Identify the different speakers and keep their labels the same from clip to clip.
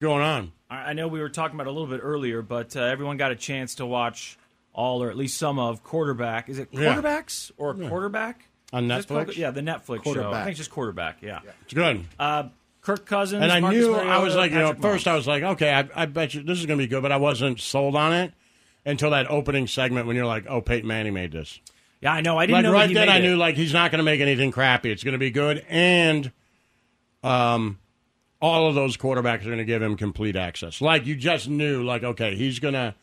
Speaker 1: going on?
Speaker 2: I I know we were talking about it a little bit earlier, but uh, everyone got a chance to watch all or at least some of quarterback. Is it
Speaker 1: Yeah.
Speaker 2: quarterbacks or quarterback
Speaker 1: On
Speaker 2: Is it called-
Speaker 1: Netflix?
Speaker 2: Yeah, the Netflix show. I
Speaker 3: Quarterback.
Speaker 2: think it's just quarterback. Yeah.
Speaker 1: It's good.
Speaker 2: Uh, Kirk Cousins.
Speaker 1: and I
Speaker 2: Marcus
Speaker 1: knew
Speaker 2: Mariota,
Speaker 1: I was like, you know,
Speaker 2: Patrick
Speaker 1: at first
Speaker 2: Mahomes.
Speaker 1: I was like, okay, I, I bet you this is going to be good, but I wasn't sold on it until that opening segment when you're like, oh, Peyton Manning made this.
Speaker 2: yeah, I know. I didn't
Speaker 1: Like
Speaker 2: know that
Speaker 1: right
Speaker 2: he
Speaker 1: then,
Speaker 2: made
Speaker 1: I
Speaker 2: it.
Speaker 1: knew like he's not going to make anything crappy. It's going to be good, and um, all of those quarterbacks are going to give him complete access. Like you just knew, like okay, he's going to.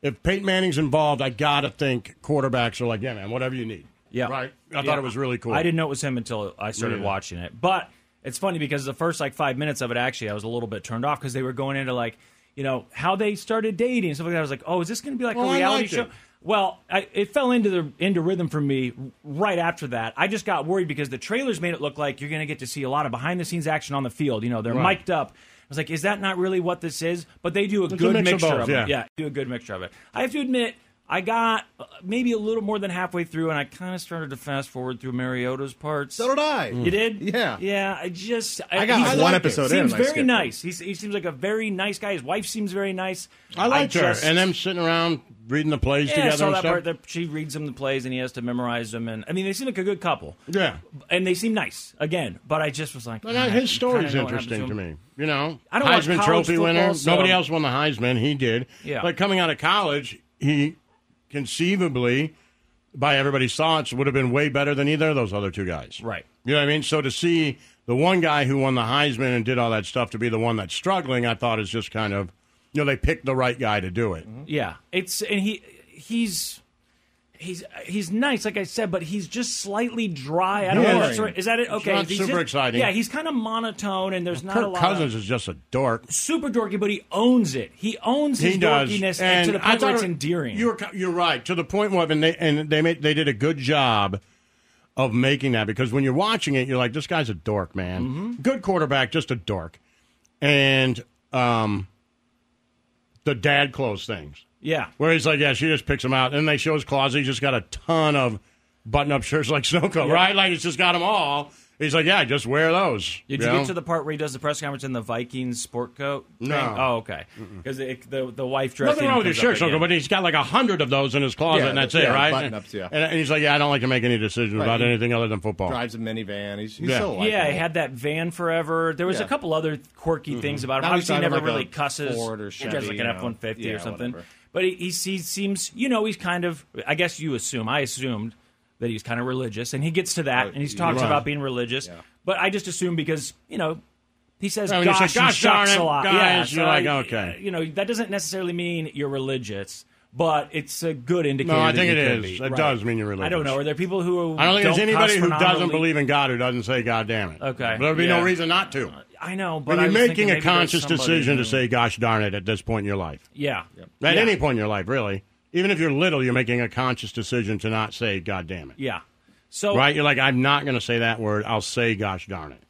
Speaker 1: If Peyton Manning's involved, I gotta think quarterbacks are like, yeah, man, whatever you need.
Speaker 2: Yeah.
Speaker 1: right. I
Speaker 2: Yeah.
Speaker 1: thought it was really cool.
Speaker 2: I didn't know it was him until I started
Speaker 1: Yeah.
Speaker 2: watching it. But it's funny because the first like five minutes of it, actually, I was a little bit turned off because they were going into like, you know, how they started dating and stuff like that. I was like, oh, is this going to be like
Speaker 1: Well,
Speaker 2: a
Speaker 1: I
Speaker 2: reality
Speaker 1: liked
Speaker 2: show?
Speaker 1: it.
Speaker 2: Well, I, it fell into the into rhythm for me right after that. I just got worried because the trailers made it look like you're going to get to see a lot of behind the scenes action on the field. You know, they're
Speaker 1: Right.
Speaker 2: mic'd up. I was like, is that not really what this is? But they do a
Speaker 1: a
Speaker 2: good
Speaker 1: mix of
Speaker 2: mixture
Speaker 1: both,
Speaker 2: it.
Speaker 1: yeah.
Speaker 2: yeah, do a good mixture of it. I have to admit, I got uh, maybe a little more than halfway through, and I kind of started to fast forward through Mariota's parts.
Speaker 3: So did I.
Speaker 2: You did?
Speaker 3: Yeah.
Speaker 2: Yeah, I just.
Speaker 3: I got
Speaker 2: he
Speaker 3: like
Speaker 2: seems-
Speaker 3: one episode in,
Speaker 2: Seems
Speaker 3: and I skipped
Speaker 2: very
Speaker 3: it.
Speaker 2: nice. He's, he seems like a very nice guy. His wife seems very nice.
Speaker 1: I liked
Speaker 2: just-
Speaker 1: her, and them sitting around reading the plays
Speaker 2: Yeah, I
Speaker 1: together
Speaker 2: saw
Speaker 1: and
Speaker 2: that
Speaker 1: stuff.
Speaker 2: part. That she reads him the plays, and he has to memorize them. And I mean, they seem like a good couple,
Speaker 1: yeah,
Speaker 2: and they seem nice again. But I just was like,
Speaker 1: But
Speaker 2: "Ah,
Speaker 1: uh,
Speaker 2: you kinda
Speaker 1: his story's
Speaker 2: know what happened
Speaker 1: interesting to
Speaker 2: him."
Speaker 1: me. You know,
Speaker 2: I don't watch
Speaker 1: Heisman
Speaker 2: college
Speaker 1: Trophy
Speaker 2: football,
Speaker 1: winner.
Speaker 2: so-
Speaker 1: Nobody else won the Heisman. He did.
Speaker 2: Yeah.
Speaker 1: But coming out of college, he conceivably, by everybody's thoughts, would have been way better than either of those other two guys.
Speaker 2: Right.
Speaker 1: You know what I mean? So to see the one guy who won the Heisman and did all that stuff to be the one that's struggling, I thought is just kind of, you know, they picked the right guy to do it.
Speaker 2: Yeah, it's and he he's he's he's nice, like I said, but he's just slightly dry. I don't know. if That's
Speaker 3: Boring.
Speaker 2: right. Is that it? Okay,
Speaker 1: not
Speaker 2: he's
Speaker 1: super
Speaker 2: just-
Speaker 1: exciting.
Speaker 2: Yeah, he's kind of monotone, and there's not a
Speaker 1: Kirk
Speaker 2: lot.
Speaker 1: Cousins
Speaker 2: of,
Speaker 1: is just a dork.
Speaker 2: super dorky, but he owns it. He owns his
Speaker 1: he does,
Speaker 2: dorkiness
Speaker 1: and
Speaker 2: to the
Speaker 1: I
Speaker 2: point
Speaker 1: thought
Speaker 2: where it's
Speaker 1: it-
Speaker 2: endearing.
Speaker 1: You're co- you're right to the point, Wevin, they and they made they did a good job of making that because when you're watching it, you're like, this guy's a dork, man.
Speaker 2: Mm-hmm.
Speaker 1: Good quarterback, just a dork, and um, the dad clothes things
Speaker 2: yeah,
Speaker 1: where he's like, yeah, she just picks him out, and they show his closet. He's just got a ton of button-up shirts like Snowco, right? Like he's just got them all. He's like, yeah, just wear those.
Speaker 2: Did you get to the part where he does the press conference in the Vikings sport coat? thing?
Speaker 1: No.
Speaker 2: Oh, okay. Because the the wife dressed.
Speaker 1: Nothing wrong with your shirts, Uncle, but he's got like a hundred of those in his closet,
Speaker 3: Yeah,
Speaker 1: and that's
Speaker 3: yeah,
Speaker 1: it, right?
Speaker 3: button-ups, yeah.
Speaker 1: And, and he's like, yeah, I don't like to make any decisions about
Speaker 3: he
Speaker 1: anything other than football.
Speaker 3: Drives a minivan. He's, he's
Speaker 1: Yeah.
Speaker 3: so likable.
Speaker 2: yeah, he had that van forever. There was
Speaker 3: Yeah.
Speaker 2: a couple other quirky
Speaker 1: Mm-hmm.
Speaker 2: things about him.
Speaker 3: Now he's
Speaker 2: Obviously, he never
Speaker 3: driving, like,
Speaker 2: really
Speaker 3: a
Speaker 2: cusses.
Speaker 3: Ford or
Speaker 2: he drives like
Speaker 3: Chevy,
Speaker 2: an
Speaker 3: you know.
Speaker 2: F one fifty
Speaker 3: Yeah,
Speaker 2: or something.
Speaker 3: whatever.
Speaker 2: But he, he, he seems, you know, he's kind of. I guess you assume. I assumed that he's kind of religious, and he gets to
Speaker 1: Uh,
Speaker 2: that, and he talks
Speaker 1: Right.
Speaker 2: about being religious. But I just assume because you know. He says,
Speaker 1: I mean,
Speaker 2: "Gosh,
Speaker 1: it's like,
Speaker 2: and
Speaker 1: "Gosh darn
Speaker 2: shucks
Speaker 1: it,
Speaker 2: a lot."
Speaker 1: guys,
Speaker 2: yeah,
Speaker 1: you're
Speaker 2: so
Speaker 1: like,
Speaker 2: I-
Speaker 1: okay.
Speaker 2: You know that doesn't necessarily mean you're religious, but it's a good indicator.
Speaker 1: no, I
Speaker 2: that
Speaker 1: think
Speaker 2: you
Speaker 1: it
Speaker 2: could
Speaker 1: is.
Speaker 2: be,
Speaker 1: It
Speaker 2: right.
Speaker 1: does mean you're religious.
Speaker 2: I don't know. Are there people who?
Speaker 1: I don't think there's anybody
Speaker 2: cuss
Speaker 1: who
Speaker 2: phenomenally?
Speaker 1: doesn't believe in God who doesn't say "God damn it."
Speaker 2: Okay.
Speaker 1: there'd be no
Speaker 3: Yeah.
Speaker 1: reason not to.
Speaker 2: I know,
Speaker 1: But
Speaker 2: but I
Speaker 1: you're
Speaker 2: was thinking
Speaker 1: making a
Speaker 2: maybe there's
Speaker 1: conscious
Speaker 2: somebody
Speaker 1: decision
Speaker 2: who-
Speaker 1: to say "Gosh darn it" at this point in your life.
Speaker 2: Yeah.
Speaker 1: At
Speaker 2: Yeah.
Speaker 1: any point in your life, really. Even if you're little, you're making a conscious decision to not say "God damn it."
Speaker 2: Yeah. So
Speaker 1: Right? You're like, I'm not going to say that word. I'll say "Gosh darn it."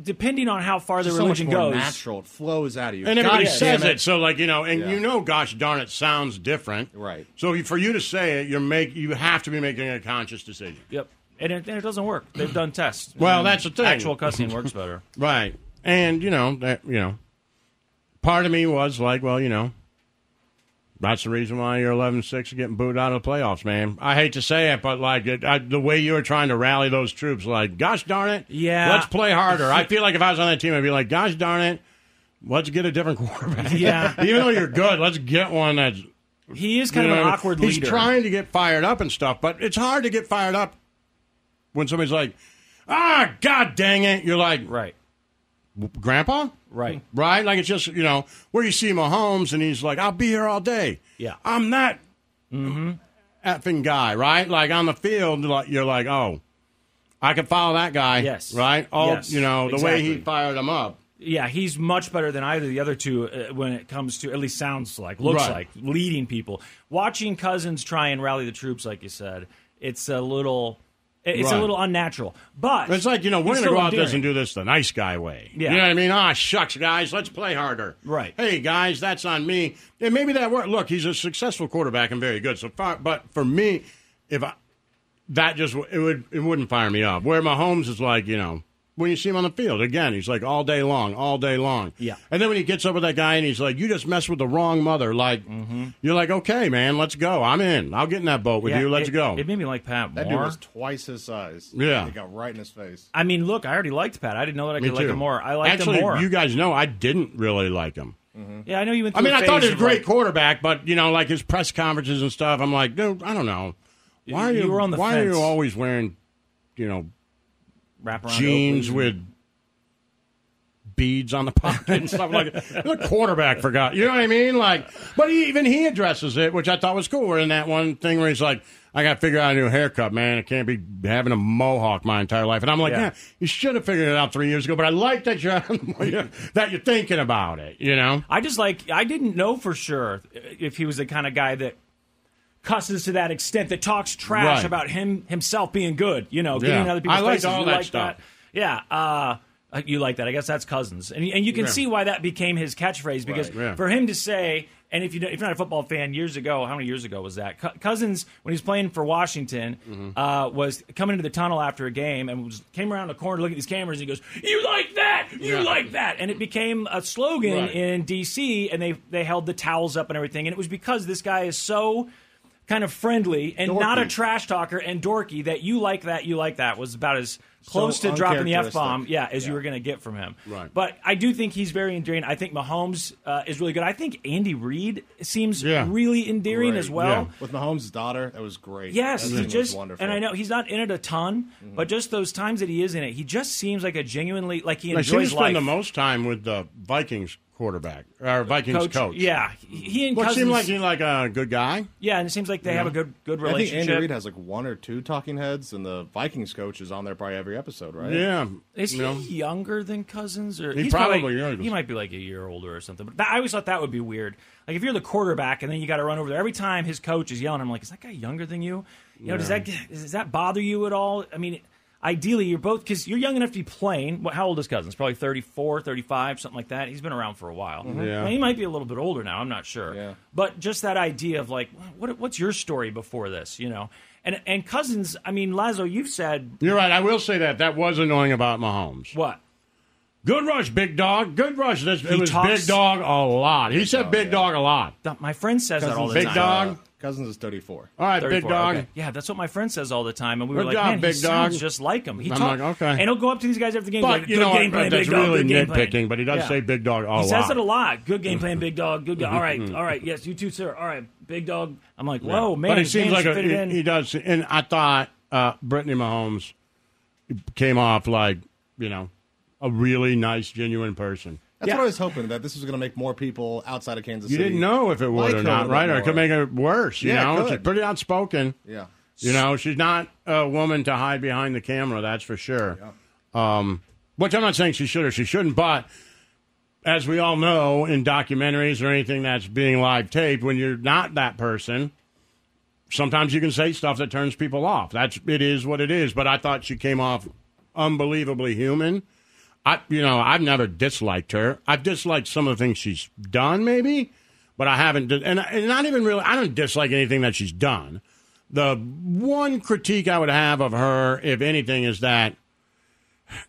Speaker 2: depending on how far the
Speaker 3: It's so much
Speaker 2: religion
Speaker 3: more
Speaker 2: goes,
Speaker 3: natural. It flows out of you.
Speaker 1: And everybody
Speaker 3: God damn
Speaker 1: says it. so like you know, and
Speaker 3: Yeah.
Speaker 1: you know, gosh darn it, sounds different,
Speaker 3: Right.
Speaker 1: So you- for you to say it, you're make you have to be making a conscious decision,
Speaker 2: yep, and it, and it doesn't work. They've done tests.
Speaker 1: Well,
Speaker 2: And
Speaker 1: that's the thing.
Speaker 2: Actual cussing works better.
Speaker 1: right? And you know that you know, part of me was like, well, you know, that's the reason why you're 11-6 and getting booed out of the playoffs, man. I hate to say it, but like it, I, the way you were trying to rally those troops, like gosh darn it,
Speaker 2: Yeah.
Speaker 1: let's play harder. I feel like if I was on that team, I'd be like, gosh darn it, let's get a different quarterback.
Speaker 2: Yeah.
Speaker 1: even though you're good, let's get one that's
Speaker 2: He is kind
Speaker 1: You
Speaker 2: of
Speaker 1: know what I
Speaker 2: an
Speaker 1: mean?
Speaker 2: awkward
Speaker 1: He's
Speaker 2: leader.
Speaker 1: trying to get fired up and stuff, but it's hard to get fired up when somebody's like, "Ah, god dang it!" You're like,
Speaker 2: right.
Speaker 1: "Grandpa."
Speaker 2: Right.
Speaker 1: Right, like it's just you know where you see Mahomes and he's like, "I'll be here all day."
Speaker 2: Yeah. Mm-hmm.
Speaker 1: I'm that effing guy, right? Like on the field, like you're like, "Oh, I can follow that guy."
Speaker 2: Yes.
Speaker 1: right. All
Speaker 2: Yes.
Speaker 1: you know, the way he
Speaker 2: Exactly.
Speaker 1: fired him up.
Speaker 2: Yeah, he's much better than either of the other two uh, when it comes to at least sounds like, looks
Speaker 1: Right.
Speaker 2: like leading people. Watching Cousins try and rally the troops, like you said, it's a little, it's a
Speaker 1: Right.
Speaker 2: little unnatural. But
Speaker 1: It's like, you know, we're going
Speaker 2: he's
Speaker 1: to
Speaker 2: still
Speaker 1: go out this
Speaker 2: endearing.
Speaker 1: and do this the nice guy way.
Speaker 2: Yeah.
Speaker 1: You know what I mean? Ah, shucks, guys, let's play harder.
Speaker 2: Right.
Speaker 1: Hey, guys, that's on me. And maybe that worked. Look, he's a successful quarterback and very good so far. But for me, if I, that just, it, would, it wouldn't fire me up. Where Mahomes is like, you know, when you see him on the field. Again, he's like all day long, all day long.
Speaker 2: Yeah.
Speaker 1: And then when he gets up with that guy and he's like, "You just messed with the wrong mother." Like, you're like, "Okay, man, let's go. I'm in. I'll get in that boat with
Speaker 2: Mm-hmm. Yeah,
Speaker 1: you. Let's
Speaker 2: it-
Speaker 1: go."
Speaker 2: It made me like Pat more.
Speaker 3: That dude was twice his size.
Speaker 1: Yeah.
Speaker 3: It got right in his face.
Speaker 2: I mean, look, I already liked Pat. I didn't know that I
Speaker 1: Me
Speaker 2: could like
Speaker 1: too.
Speaker 2: him more. I liked
Speaker 1: Actually,
Speaker 2: him more.
Speaker 1: you guys know I didn't really like him.
Speaker 2: yeah, I know you went.
Speaker 1: I
Speaker 2: through
Speaker 1: mean,
Speaker 2: a
Speaker 1: I thought
Speaker 2: phase
Speaker 1: he was a
Speaker 2: of,
Speaker 1: great
Speaker 2: like-
Speaker 1: quarterback, but you know, like his press conferences and stuff, I'm like, dude, I don't know. Why are you,
Speaker 2: You were on the
Speaker 1: Why are
Speaker 2: fence.
Speaker 1: you always wearing, you know,
Speaker 2: wrap around
Speaker 1: jeans
Speaker 2: Oakley's.
Speaker 1: with beads on the pocket and stuff like that? The quarterback forgot. You know what I mean? Like, but he, even he addresses it, which I thought was cool. We're in that one thing where he's like. I got to figure out a new haircut, man. I can't be having a mohawk my entire life. And I'm like, yeah,
Speaker 2: Yeah.
Speaker 1: you should have figured it out three years ago. But I like that you're that you're thinking about it. You know,
Speaker 2: I just like I didn't know for sure if he was the kind of guy that cusses to that extent that talks trash
Speaker 1: Right.
Speaker 2: about him himself being good. You know, getting
Speaker 1: Yeah.
Speaker 2: in other people's
Speaker 1: I liked
Speaker 2: faces.
Speaker 1: all
Speaker 2: You
Speaker 1: that
Speaker 2: like
Speaker 1: stuff.
Speaker 2: That. Yeah. Uh, you like that? I guess that's Cousins, and and you can
Speaker 1: Yeah.
Speaker 2: see why that became his catchphrase because
Speaker 1: Right. Yeah.
Speaker 2: for him to say, and if you don't- if you're not a football fan, years ago, how many years ago was that? Cou- Cousins, when he was playing for Washington,
Speaker 1: Mm-hmm.
Speaker 2: uh, was coming into the tunnel after a game and was, came around the corner to look at these cameras. and He goes, "You like that? You
Speaker 1: Yeah.
Speaker 2: like that?" And it became a slogan
Speaker 1: Right.
Speaker 2: in D.C. and they they held the towels up and everything. And it was because this guy is so kind of friendly and not a
Speaker 3: Dorky.
Speaker 2: trash talker and dorky that you like that you like that was about as close
Speaker 3: So
Speaker 2: to dropping the f
Speaker 3: uncharacteristic.
Speaker 2: bomb, yeah, as you were going to get from him.
Speaker 1: Right.
Speaker 2: But I do think he's very endearing. I think Mahomes uh, is really good. I think Andy Reid seems
Speaker 1: Yeah.
Speaker 2: really endearing
Speaker 3: Great.
Speaker 2: as well.
Speaker 1: Yeah.
Speaker 3: With Mahomes' daughter, that was great.
Speaker 2: Yes,
Speaker 3: that
Speaker 2: he
Speaker 3: thing was
Speaker 2: just
Speaker 3: wonderful. Mm-hmm.
Speaker 2: and I know he's not in it a ton, but just those times that he is in it, he just seems like a genuinely like he
Speaker 1: Like, she was
Speaker 2: enjoys
Speaker 1: spending
Speaker 2: life.
Speaker 1: the most time with the Vikings quarterback or Vikings coach.
Speaker 2: coach, yeah, he, he and
Speaker 1: Well, it
Speaker 2: Cousins,
Speaker 1: seemed like he like a good guy.
Speaker 2: yeah, and it seems like they have a good good
Speaker 3: I think
Speaker 2: relationship.
Speaker 3: Andy Reid has like one or two talking heads, and the Vikings coach is on there probably every episode, right?
Speaker 1: Yeah,
Speaker 2: Is
Speaker 1: you
Speaker 2: he
Speaker 1: know.
Speaker 2: younger than Cousins? Or
Speaker 1: He
Speaker 2: he's
Speaker 1: probably is.
Speaker 2: He might be like a year older or something. But that, I always thought that would be weird. Like if you're the quarterback and then you got to run over there every time his coach is yelling, I'm like, is that guy younger than you? You know, does that does that bother you at all? I mean, ideally you're both because you're young enough to be playing. What, how old is Cousins? Probably 34, 35, something like that. He's been around for a while.
Speaker 1: Mm-hmm. Yeah.
Speaker 2: Now, he might be a little bit older now. I'm not sure.
Speaker 3: Yeah.
Speaker 2: But just that idea of like, what what's your story before this? You know. And, and cousins, I mean, Lazo, you've said
Speaker 1: You're right. I will say that that was annoying about Mahomes.
Speaker 2: what?
Speaker 1: Good rush, big dog. Good rush. This, it
Speaker 2: He
Speaker 1: was
Speaker 2: talks-
Speaker 1: big dog a lot. He said big
Speaker 3: yeah.
Speaker 1: dog a lot.
Speaker 2: Th- My friend says that all the
Speaker 1: Big
Speaker 2: time.
Speaker 1: dog.
Speaker 3: Cousins is 34.
Speaker 1: All right,
Speaker 2: 34,
Speaker 1: big dog.
Speaker 2: okay. Yeah, that's what my friend says all the time, and we were
Speaker 1: Good
Speaker 2: like,
Speaker 1: job,
Speaker 2: "Man,
Speaker 1: big
Speaker 2: he sounds
Speaker 1: dog."
Speaker 2: just like him." He
Speaker 1: I'm
Speaker 2: talk-
Speaker 1: like, okay.
Speaker 2: and he'll go up to these guys after the game,
Speaker 1: But
Speaker 2: like,
Speaker 1: you
Speaker 2: good
Speaker 1: know what?
Speaker 2: game plan,
Speaker 1: that's
Speaker 2: big dog,
Speaker 1: really
Speaker 2: good game plan."
Speaker 1: nitpicking. But he does
Speaker 2: Yeah.
Speaker 1: say big dog a
Speaker 2: He
Speaker 1: lot.
Speaker 2: says it a lot. Good game plan, big dog. Good. Go- all right, all right. Yes, you too, sir. All right, big dog. I'm like, whoa, man.
Speaker 1: but it
Speaker 2: his
Speaker 1: seems
Speaker 2: hands
Speaker 1: like a,
Speaker 2: fit it in.
Speaker 1: he, he does. And I thought uh, Brittany Mahomes came off like you know a really nice, genuine person.
Speaker 3: That's
Speaker 2: Yeah.
Speaker 3: what I was hoping that this was going to make more people outside of Kansas
Speaker 1: You
Speaker 3: City.
Speaker 1: didn't know if it would
Speaker 3: like
Speaker 1: or
Speaker 3: her a
Speaker 1: not,
Speaker 3: little
Speaker 1: right?
Speaker 3: bit
Speaker 1: Or it could
Speaker 3: more.
Speaker 1: make it worse. You
Speaker 3: Yeah, it
Speaker 1: know, she's
Speaker 3: could.
Speaker 1: pretty outspoken.
Speaker 3: Yeah.
Speaker 1: You know, she's not a woman to hide behind the camera. That's for sure. Um, which I'm not saying she should or she shouldn't, but as we all know in documentaries or anything that's being live taped, when you're not that person, sometimes you can say stuff that turns people off. That's it is what it is. But I thought she came off unbelievably human. I you know I've never disliked her. I've disliked some of the things she's done, maybe, but I haven't. di- And, and not even really. I don't dislike anything that she's done. The one critique I would have of her, if anything, is that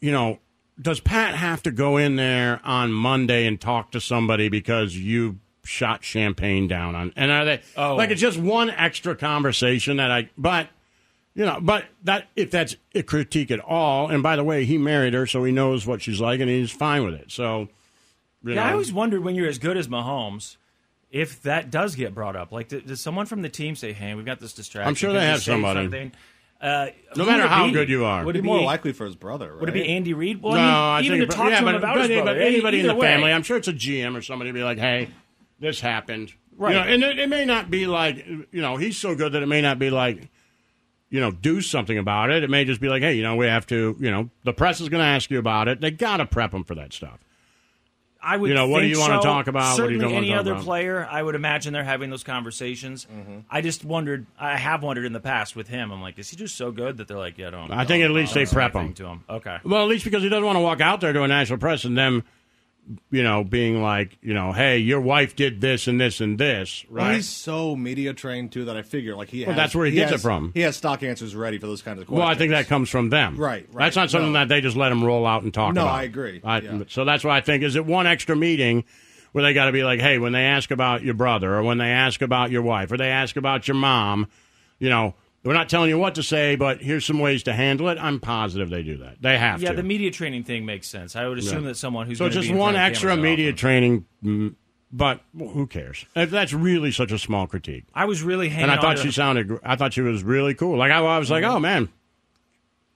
Speaker 1: you know. Does Pat have to go in there on Monday and talk to somebody because you shot champagne down on? And are they
Speaker 2: Oh.
Speaker 1: like it's just one extra conversation that I? But you know, but that if that's a critique at all, and by the way, he married her, so he knows what she's like, and he's fine with it. So, you
Speaker 2: yeah,
Speaker 1: know,
Speaker 2: I always wondered when you're as good as Mahomes, if that does get brought up. Like, th- does someone from the team say, "Hey, we've got this distraction"?
Speaker 1: I'm sure they
Speaker 2: Could you
Speaker 1: have
Speaker 2: say
Speaker 1: somebody.
Speaker 2: something? Uh,
Speaker 1: no
Speaker 2: who
Speaker 1: matter
Speaker 2: would it
Speaker 1: how
Speaker 2: be?
Speaker 1: good you are,
Speaker 2: would
Speaker 3: It'd
Speaker 2: it
Speaker 3: be more
Speaker 2: be-
Speaker 3: likely for his brother, right?
Speaker 2: Would it be Andy Reid? Well,
Speaker 1: no, I
Speaker 2: I mean, even
Speaker 1: think,
Speaker 2: to
Speaker 1: but- yeah,
Speaker 2: talk to him
Speaker 1: but,
Speaker 2: about
Speaker 1: but,
Speaker 2: his
Speaker 1: but
Speaker 2: brother,
Speaker 1: anybody in the
Speaker 2: either way.
Speaker 1: family, I'm sure it's a GM or somebody to be like, hey, this happened,
Speaker 2: Right.
Speaker 1: You know, and it, it may not be like, you know, he's so good that it may not be like. You know, do something about it. It may just be like, hey, you know, we have to. You know, the press is going to ask you about it. They got to prep them for that stuff.
Speaker 2: I would.
Speaker 1: You know, what do
Speaker 2: think
Speaker 1: you wanna
Speaker 2: so.
Speaker 1: talk about? What do
Speaker 2: Certainly,
Speaker 1: you don't wanna
Speaker 2: any
Speaker 1: talk
Speaker 2: other
Speaker 1: about?
Speaker 2: player, I would imagine they're having those conversations. I just wondered. I have wondered in the past with him. I'm like, is he just so good that they're like, yeah, don't.
Speaker 1: I think at
Speaker 2: don't-
Speaker 1: least
Speaker 2: don't
Speaker 1: they
Speaker 2: say
Speaker 1: prep
Speaker 2: anything
Speaker 1: him.
Speaker 2: to him. Okay.
Speaker 1: Well, at least because he doesn't want to walk out there to a national press and them you know, being like, you know, hey, your wife did this and this and this,
Speaker 3: Well,
Speaker 1: right?
Speaker 3: he's so media trained too that I figure like he. Well, has,
Speaker 1: that's where he gets it
Speaker 3: has-
Speaker 1: from.
Speaker 3: He has stock answers ready for those kinds of questions.
Speaker 1: Well, I think that comes from them.
Speaker 3: Right, right.
Speaker 1: That's not something
Speaker 3: No.
Speaker 1: that they just let them roll out and talk
Speaker 3: No,
Speaker 1: about.
Speaker 3: I agree. Yeah.
Speaker 1: So that's why I think is it one extra meeting where they got to be like, hey, when they ask about your brother or when they ask about your wife or they ask about your mom, you know, we're not telling you what to say, but here's some ways to handle it. I'm positive they do that. They have
Speaker 2: Yeah,
Speaker 1: to.
Speaker 2: the media training thing makes sense. I would assume that someone who's
Speaker 1: so
Speaker 2: gonna
Speaker 1: just
Speaker 2: be in
Speaker 1: one
Speaker 2: front of
Speaker 1: extra
Speaker 2: cameras that
Speaker 1: media
Speaker 2: often.
Speaker 1: training, mm, but who cares? If That's really such a small critique.
Speaker 2: I was really hanging.
Speaker 1: and I
Speaker 2: on
Speaker 1: thought
Speaker 2: to-
Speaker 1: she sounded. gr- I thought she was really cool. Like I, I was
Speaker 2: Mm-hmm.
Speaker 1: like, oh man,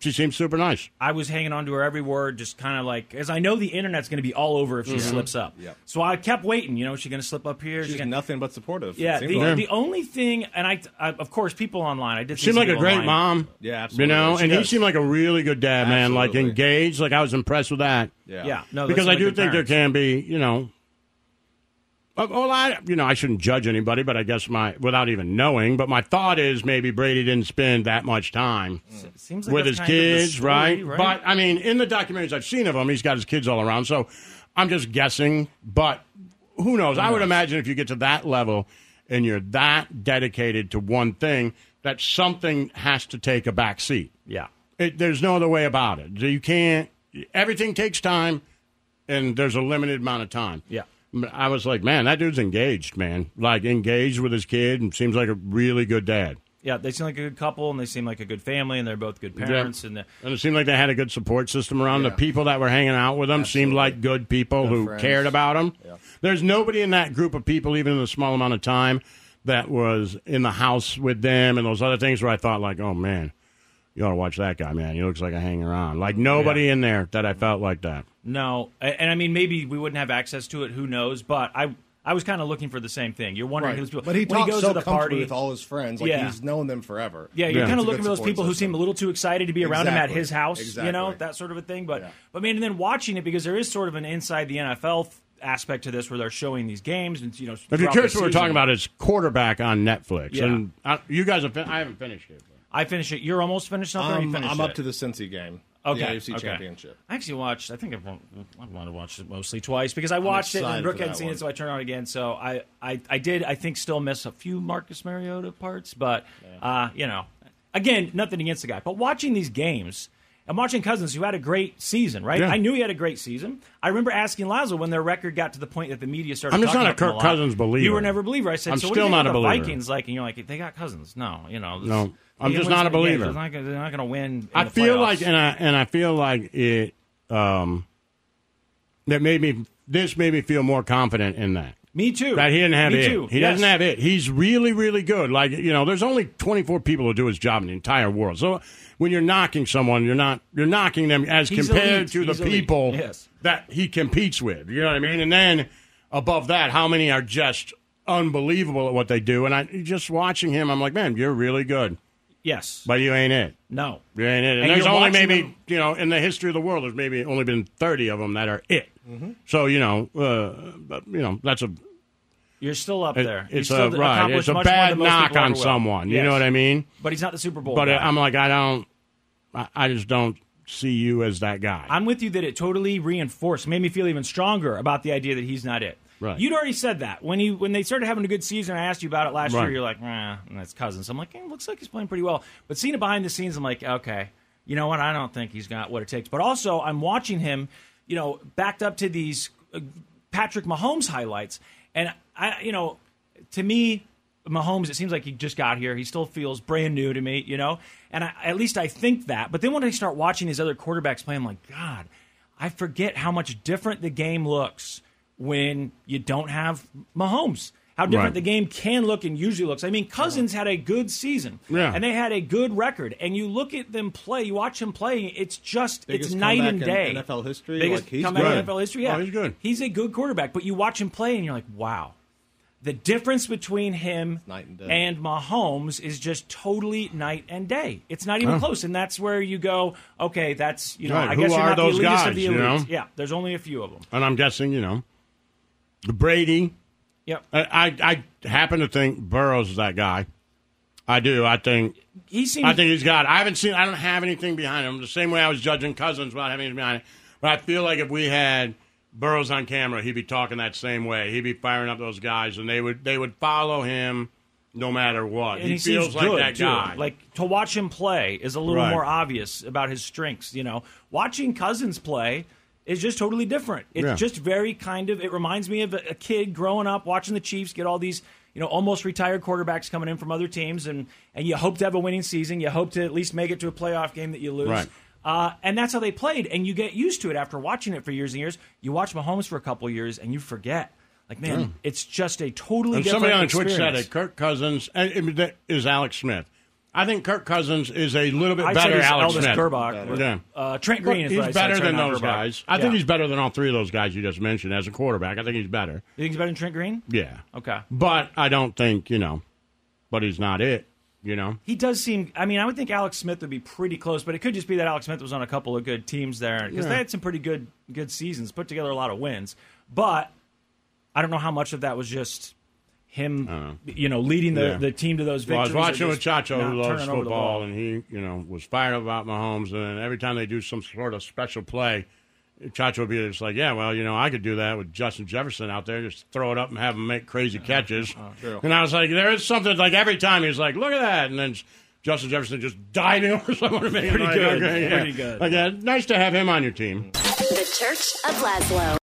Speaker 1: she seems super nice.
Speaker 2: I was hanging on to her every word, just kind of like, as I know the internet's going to be all over if
Speaker 1: Mm-hmm.
Speaker 2: she slips up.
Speaker 3: Yep.
Speaker 2: So I kept waiting. You know, is she going to slip up here? Is she
Speaker 3: She's
Speaker 2: gonna-
Speaker 3: nothing but supportive. it
Speaker 2: yeah.
Speaker 3: seems
Speaker 2: The,
Speaker 3: like.
Speaker 2: the only thing, and I, I, of course, people online. I did see
Speaker 1: Seemed
Speaker 2: some
Speaker 1: like a
Speaker 2: people
Speaker 1: great
Speaker 2: online.
Speaker 1: mom.
Speaker 3: Yeah,
Speaker 1: You
Speaker 3: absolutely.
Speaker 1: know,
Speaker 3: She
Speaker 1: and he
Speaker 3: does.
Speaker 1: seemed like a really good dad, man. Like
Speaker 3: Absolutely.
Speaker 1: engaged. Like I was impressed with that.
Speaker 3: yeah.
Speaker 2: Yeah. No, those
Speaker 1: because
Speaker 2: seem
Speaker 1: I
Speaker 2: like
Speaker 1: do
Speaker 2: good
Speaker 1: think there
Speaker 2: parents.
Speaker 1: can be, you know, uh, well, I, you know, I shouldn't judge anybody, but I guess my without even knowing, but my thought is maybe Brady didn't spend that much time
Speaker 2: Seems like
Speaker 1: with his
Speaker 2: that's kind of the
Speaker 1: kids,
Speaker 2: story,
Speaker 1: right?
Speaker 2: right?
Speaker 1: But I mean, in the documentaries I've seen of him, he's got his kids all around. So I'm just guessing, but who knows? I would imagine if you get to that level and you're that dedicated to one thing, that something has to take a back seat.
Speaker 2: yeah.
Speaker 1: It, there's no other way about it. You can't. Everything takes time, and there's a limited amount of time.
Speaker 2: Yeah.
Speaker 1: I was like, man, that dude's engaged, man. Like engaged with his kid, and seems like a really good dad.
Speaker 2: Yeah, they seem like a good couple, and they seem like a good family, and they're both good parents. And the,
Speaker 1: And it seemed like they had a good support system around. The people that were hanging out with them seemed like good people who
Speaker 3: friends.
Speaker 1: cared about them. There's nobody in that group of people, even in the small amount of time, that was in the house with them and those other things where I thought, like, oh man, you ought to watch that guy, man. He looks like a hanger on. Like nobody in there that I felt like that.
Speaker 2: no, and, and I mean, maybe we wouldn't have access to it. Who knows? But I, I was kind of looking for the same thing. You're wondering
Speaker 3: Right.
Speaker 2: who's people.
Speaker 3: But he
Speaker 2: when
Speaker 3: talks
Speaker 2: goes
Speaker 3: so
Speaker 2: to the
Speaker 3: comfortably
Speaker 2: party
Speaker 3: with all his friends, like
Speaker 2: Yeah.
Speaker 3: he's known them forever.
Speaker 2: Yeah, you're
Speaker 1: Yeah.
Speaker 2: kind
Speaker 1: It's
Speaker 2: of
Speaker 1: a
Speaker 2: looking
Speaker 3: good
Speaker 2: for those
Speaker 3: support
Speaker 2: people who
Speaker 3: system.
Speaker 2: seem a little too excited to be around him at
Speaker 3: Exactly.
Speaker 2: his house, you know,
Speaker 3: Exactly.
Speaker 2: that sort of a thing. But
Speaker 3: Yeah.
Speaker 2: but I mean, and then watching it because there is sort of an inside the NFL f- aspect to this where they're showing these games and you know.
Speaker 1: If you're
Speaker 2: throughout
Speaker 1: curious,
Speaker 2: the
Speaker 1: what we're
Speaker 2: season.
Speaker 1: talking about is quarterback on Netflix,
Speaker 2: Yeah.
Speaker 1: and I, you guys, have fin- I haven't finished it.
Speaker 2: I finish it. You're almost finished up. or you
Speaker 3: I'm,
Speaker 2: finished
Speaker 3: Um, I'm
Speaker 2: it?
Speaker 3: up to the Cincy game.
Speaker 2: Okay,
Speaker 3: The AFC
Speaker 2: okay.
Speaker 3: Championship.
Speaker 2: I actually watched. I think I want, I want to watch it mostly twice because I watched it and
Speaker 3: excited
Speaker 2: Brooke
Speaker 3: for
Speaker 2: hadn't
Speaker 3: that
Speaker 2: seen
Speaker 3: one.
Speaker 2: it, so I turned on again. So I, I, I did. I think still miss a few Marcus Mariota parts, but uh, you know, again, nothing against the guy. But watching these games and watching Cousins, who had a great season, right?
Speaker 1: Yeah.
Speaker 2: I knew he had a great season. I remember asking Lazo when their record got to the point that the media started.
Speaker 1: I'm just
Speaker 2: talking
Speaker 1: not a
Speaker 2: about them
Speaker 1: Kirk
Speaker 2: lot.
Speaker 1: Cousins believer.
Speaker 2: You were never a believer. I said,
Speaker 1: I'm
Speaker 2: so
Speaker 1: still
Speaker 2: what do you
Speaker 1: not
Speaker 2: think
Speaker 1: a
Speaker 2: about
Speaker 1: believer.
Speaker 2: The Vikings like, and you're like, they got Cousins. No, you know, this-
Speaker 1: No, I'm
Speaker 2: the
Speaker 1: just not a
Speaker 2: Vikings- yeah,
Speaker 1: believer.
Speaker 2: They're not gonna- they're not going to win. in
Speaker 1: I
Speaker 2: the
Speaker 1: feel
Speaker 2: playoffs.
Speaker 1: like, and I and I feel like it. Um, that made me. This made me feel more confident in that.
Speaker 2: me too.
Speaker 1: That he didn't have
Speaker 2: me
Speaker 1: it.
Speaker 2: Too.
Speaker 1: He
Speaker 2: yes.
Speaker 1: doesn't have it. He's really, really good. Like you know, there's only 24 people who do his job in the entire world. So when you're knocking someone, you're not you're knocking them as
Speaker 2: He's
Speaker 1: compared
Speaker 2: elite.
Speaker 1: to the
Speaker 2: He's elite.
Speaker 1: people
Speaker 2: Yes.
Speaker 1: that he competes with. You know what I mean? And then above that, how many are just unbelievable at what they do? And I just watching him, I'm like, man, you're really good,
Speaker 2: Yes.
Speaker 1: but you ain't it.
Speaker 2: No.
Speaker 1: You ain't it. And,
Speaker 2: And
Speaker 1: there's
Speaker 2: you're
Speaker 1: only
Speaker 2: watching
Speaker 1: maybe
Speaker 2: them-
Speaker 1: you know in the history of the world, there's maybe only been 30 of them that are it. So you know, uh, but, you know that's a
Speaker 2: You're still up there. You
Speaker 1: it's
Speaker 2: still
Speaker 1: a right.
Speaker 2: accomplished
Speaker 1: It's a
Speaker 2: much more than
Speaker 1: bad
Speaker 2: most people
Speaker 1: knock
Speaker 2: ever
Speaker 1: on
Speaker 2: will.
Speaker 1: someone. You
Speaker 2: Yes.
Speaker 1: know what I mean?
Speaker 2: But he's not the Super Bowl.
Speaker 1: But
Speaker 2: guy.
Speaker 1: uh, I'm like, I don't. I, I just don't see you as that guy.
Speaker 2: I'm with you that it totally reinforced, made me feel even stronger about the idea that he's not it.
Speaker 1: Right.
Speaker 2: You'd already said that when he when they started having a good season. I asked you about it last
Speaker 1: Right.
Speaker 2: year. You're like, nah, that's Cousins. I'm like, eh, looks like he's playing pretty well. But seeing it behind the scenes, I'm like, okay, you know what? I don't think he's got what it takes. But also, I'm watching him, you know, backed up to these uh, Patrick Mahomes highlights, and I, you know, to me, Mahomes, it seems like he just got here. He still feels brand new to me, you know? And I, at least I think that. But then when I start watching his other quarterbacks play, I'm like, God, I forget how much different the game looks when you don't have Mahomes. How different
Speaker 1: Right.
Speaker 2: the game can look and usually looks. I mean, Cousins had a good season,
Speaker 1: Yeah.
Speaker 2: and they had a good record. And you look at them play, you watch him play. It's just it's
Speaker 3: Biggest
Speaker 2: night
Speaker 3: comeback
Speaker 2: and
Speaker 3: in
Speaker 2: day.
Speaker 3: NFL history?
Speaker 2: biggest
Speaker 3: Like, he's
Speaker 2: comeback
Speaker 1: good.
Speaker 2: in NFL history. Yeah,
Speaker 1: Oh, he's good.
Speaker 2: He's a good quarterback. But you watch him play, and you're like, wow, the difference between him
Speaker 3: night and day.
Speaker 2: Mahomes is just totally night and day. It's not even close, and that's where you go, okay, that's you know,
Speaker 1: Right,
Speaker 2: I
Speaker 1: who
Speaker 2: guess you're
Speaker 1: are
Speaker 2: not
Speaker 1: those
Speaker 2: the elitist
Speaker 1: guys,
Speaker 2: of the
Speaker 1: you
Speaker 2: elite.
Speaker 1: know?
Speaker 2: Yeah, there's only a few of them.
Speaker 1: and I'm guessing, you know, Brady.
Speaker 2: Yep,
Speaker 1: I, I I happen to think Burrow's that guy. I do. I think
Speaker 2: he seems.
Speaker 1: I think he's got. I haven't seen. I don't have anything behind him. The same way I was judging Cousins without having anything behind it. But I feel like if we had Burrow's on camera, he'd be talking that same way. He'd be firing up those guys, and they would they would follow him no matter what.
Speaker 2: And he,
Speaker 1: feels
Speaker 2: seems
Speaker 1: like
Speaker 2: good,
Speaker 1: that
Speaker 2: too.
Speaker 1: guy.
Speaker 2: Like to watch him play is a little
Speaker 1: Right.
Speaker 2: more obvious about his strengths. You know, watching Cousins play is just totally different. It's
Speaker 1: Yeah.
Speaker 2: just very kind of. It reminds me of a, a kid growing up watching the Chiefs get all these. You know, almost retired quarterbacks coming in from other teams, and and you hope to have a winning season. You hope to at least make it to a playoff game that you lose.
Speaker 1: Right.
Speaker 2: Uh, and that's how they played, and you get used to it after watching it for years and years. You watch Mahomes for a couple years, and you forget. Like, man, it's just a totally
Speaker 1: and
Speaker 2: different
Speaker 1: somebody on Twitch said
Speaker 2: experience.
Speaker 1: it. Kirk Cousins and it- that is Alex Smith. I think Kirk Cousins is a little bit
Speaker 2: I'd say
Speaker 1: better.
Speaker 2: he's
Speaker 1: Alex
Speaker 2: Elvis
Speaker 1: Smith.
Speaker 2: Gerbach. or,
Speaker 1: Yeah.
Speaker 2: Uh, Trent Green is
Speaker 1: he's
Speaker 2: what I said,
Speaker 1: better
Speaker 2: sorry,
Speaker 1: than
Speaker 2: not
Speaker 1: those
Speaker 2: Gerbach.
Speaker 1: guys. I think
Speaker 2: Yeah.
Speaker 1: he's better than all three of those guys you just mentioned as a quarterback. I think he's better.
Speaker 2: You think he's better than Trent Green?
Speaker 1: Yeah.
Speaker 2: Okay.
Speaker 1: But I don't think you know. But he's not it. You know.
Speaker 2: He does seem. I mean, I would think Alex Smith would be pretty close, but it could just be that Alex Smith was on a couple of good teams there because they had some pretty good good seasons, put together a lot of wins. But I don't know how much of that was just him, you know, leading the,
Speaker 1: Yeah.
Speaker 2: the team to those
Speaker 1: Well, I
Speaker 2: victories.
Speaker 1: was watching
Speaker 2: or
Speaker 1: with
Speaker 2: just
Speaker 1: Chacho, who
Speaker 2: not
Speaker 1: loves
Speaker 2: turning over the
Speaker 1: football,
Speaker 2: ball.
Speaker 1: and he, you know, was fired up about Mahomes. And then every time they do some sort of special play, Chacho would be just like, "Yeah, well, you know, I could do that with Justin Jefferson out there, just throw it up and have him make crazy catches."
Speaker 2: Oh,
Speaker 3: true.
Speaker 1: and I was like, "There is something." Like every time he's like, "Look at that!" And then Justin Jefferson just diving over someone. Pretty
Speaker 2: good, pretty good.
Speaker 1: Like, uh, nice to have him on your team.
Speaker 4: The Church of Laszlo.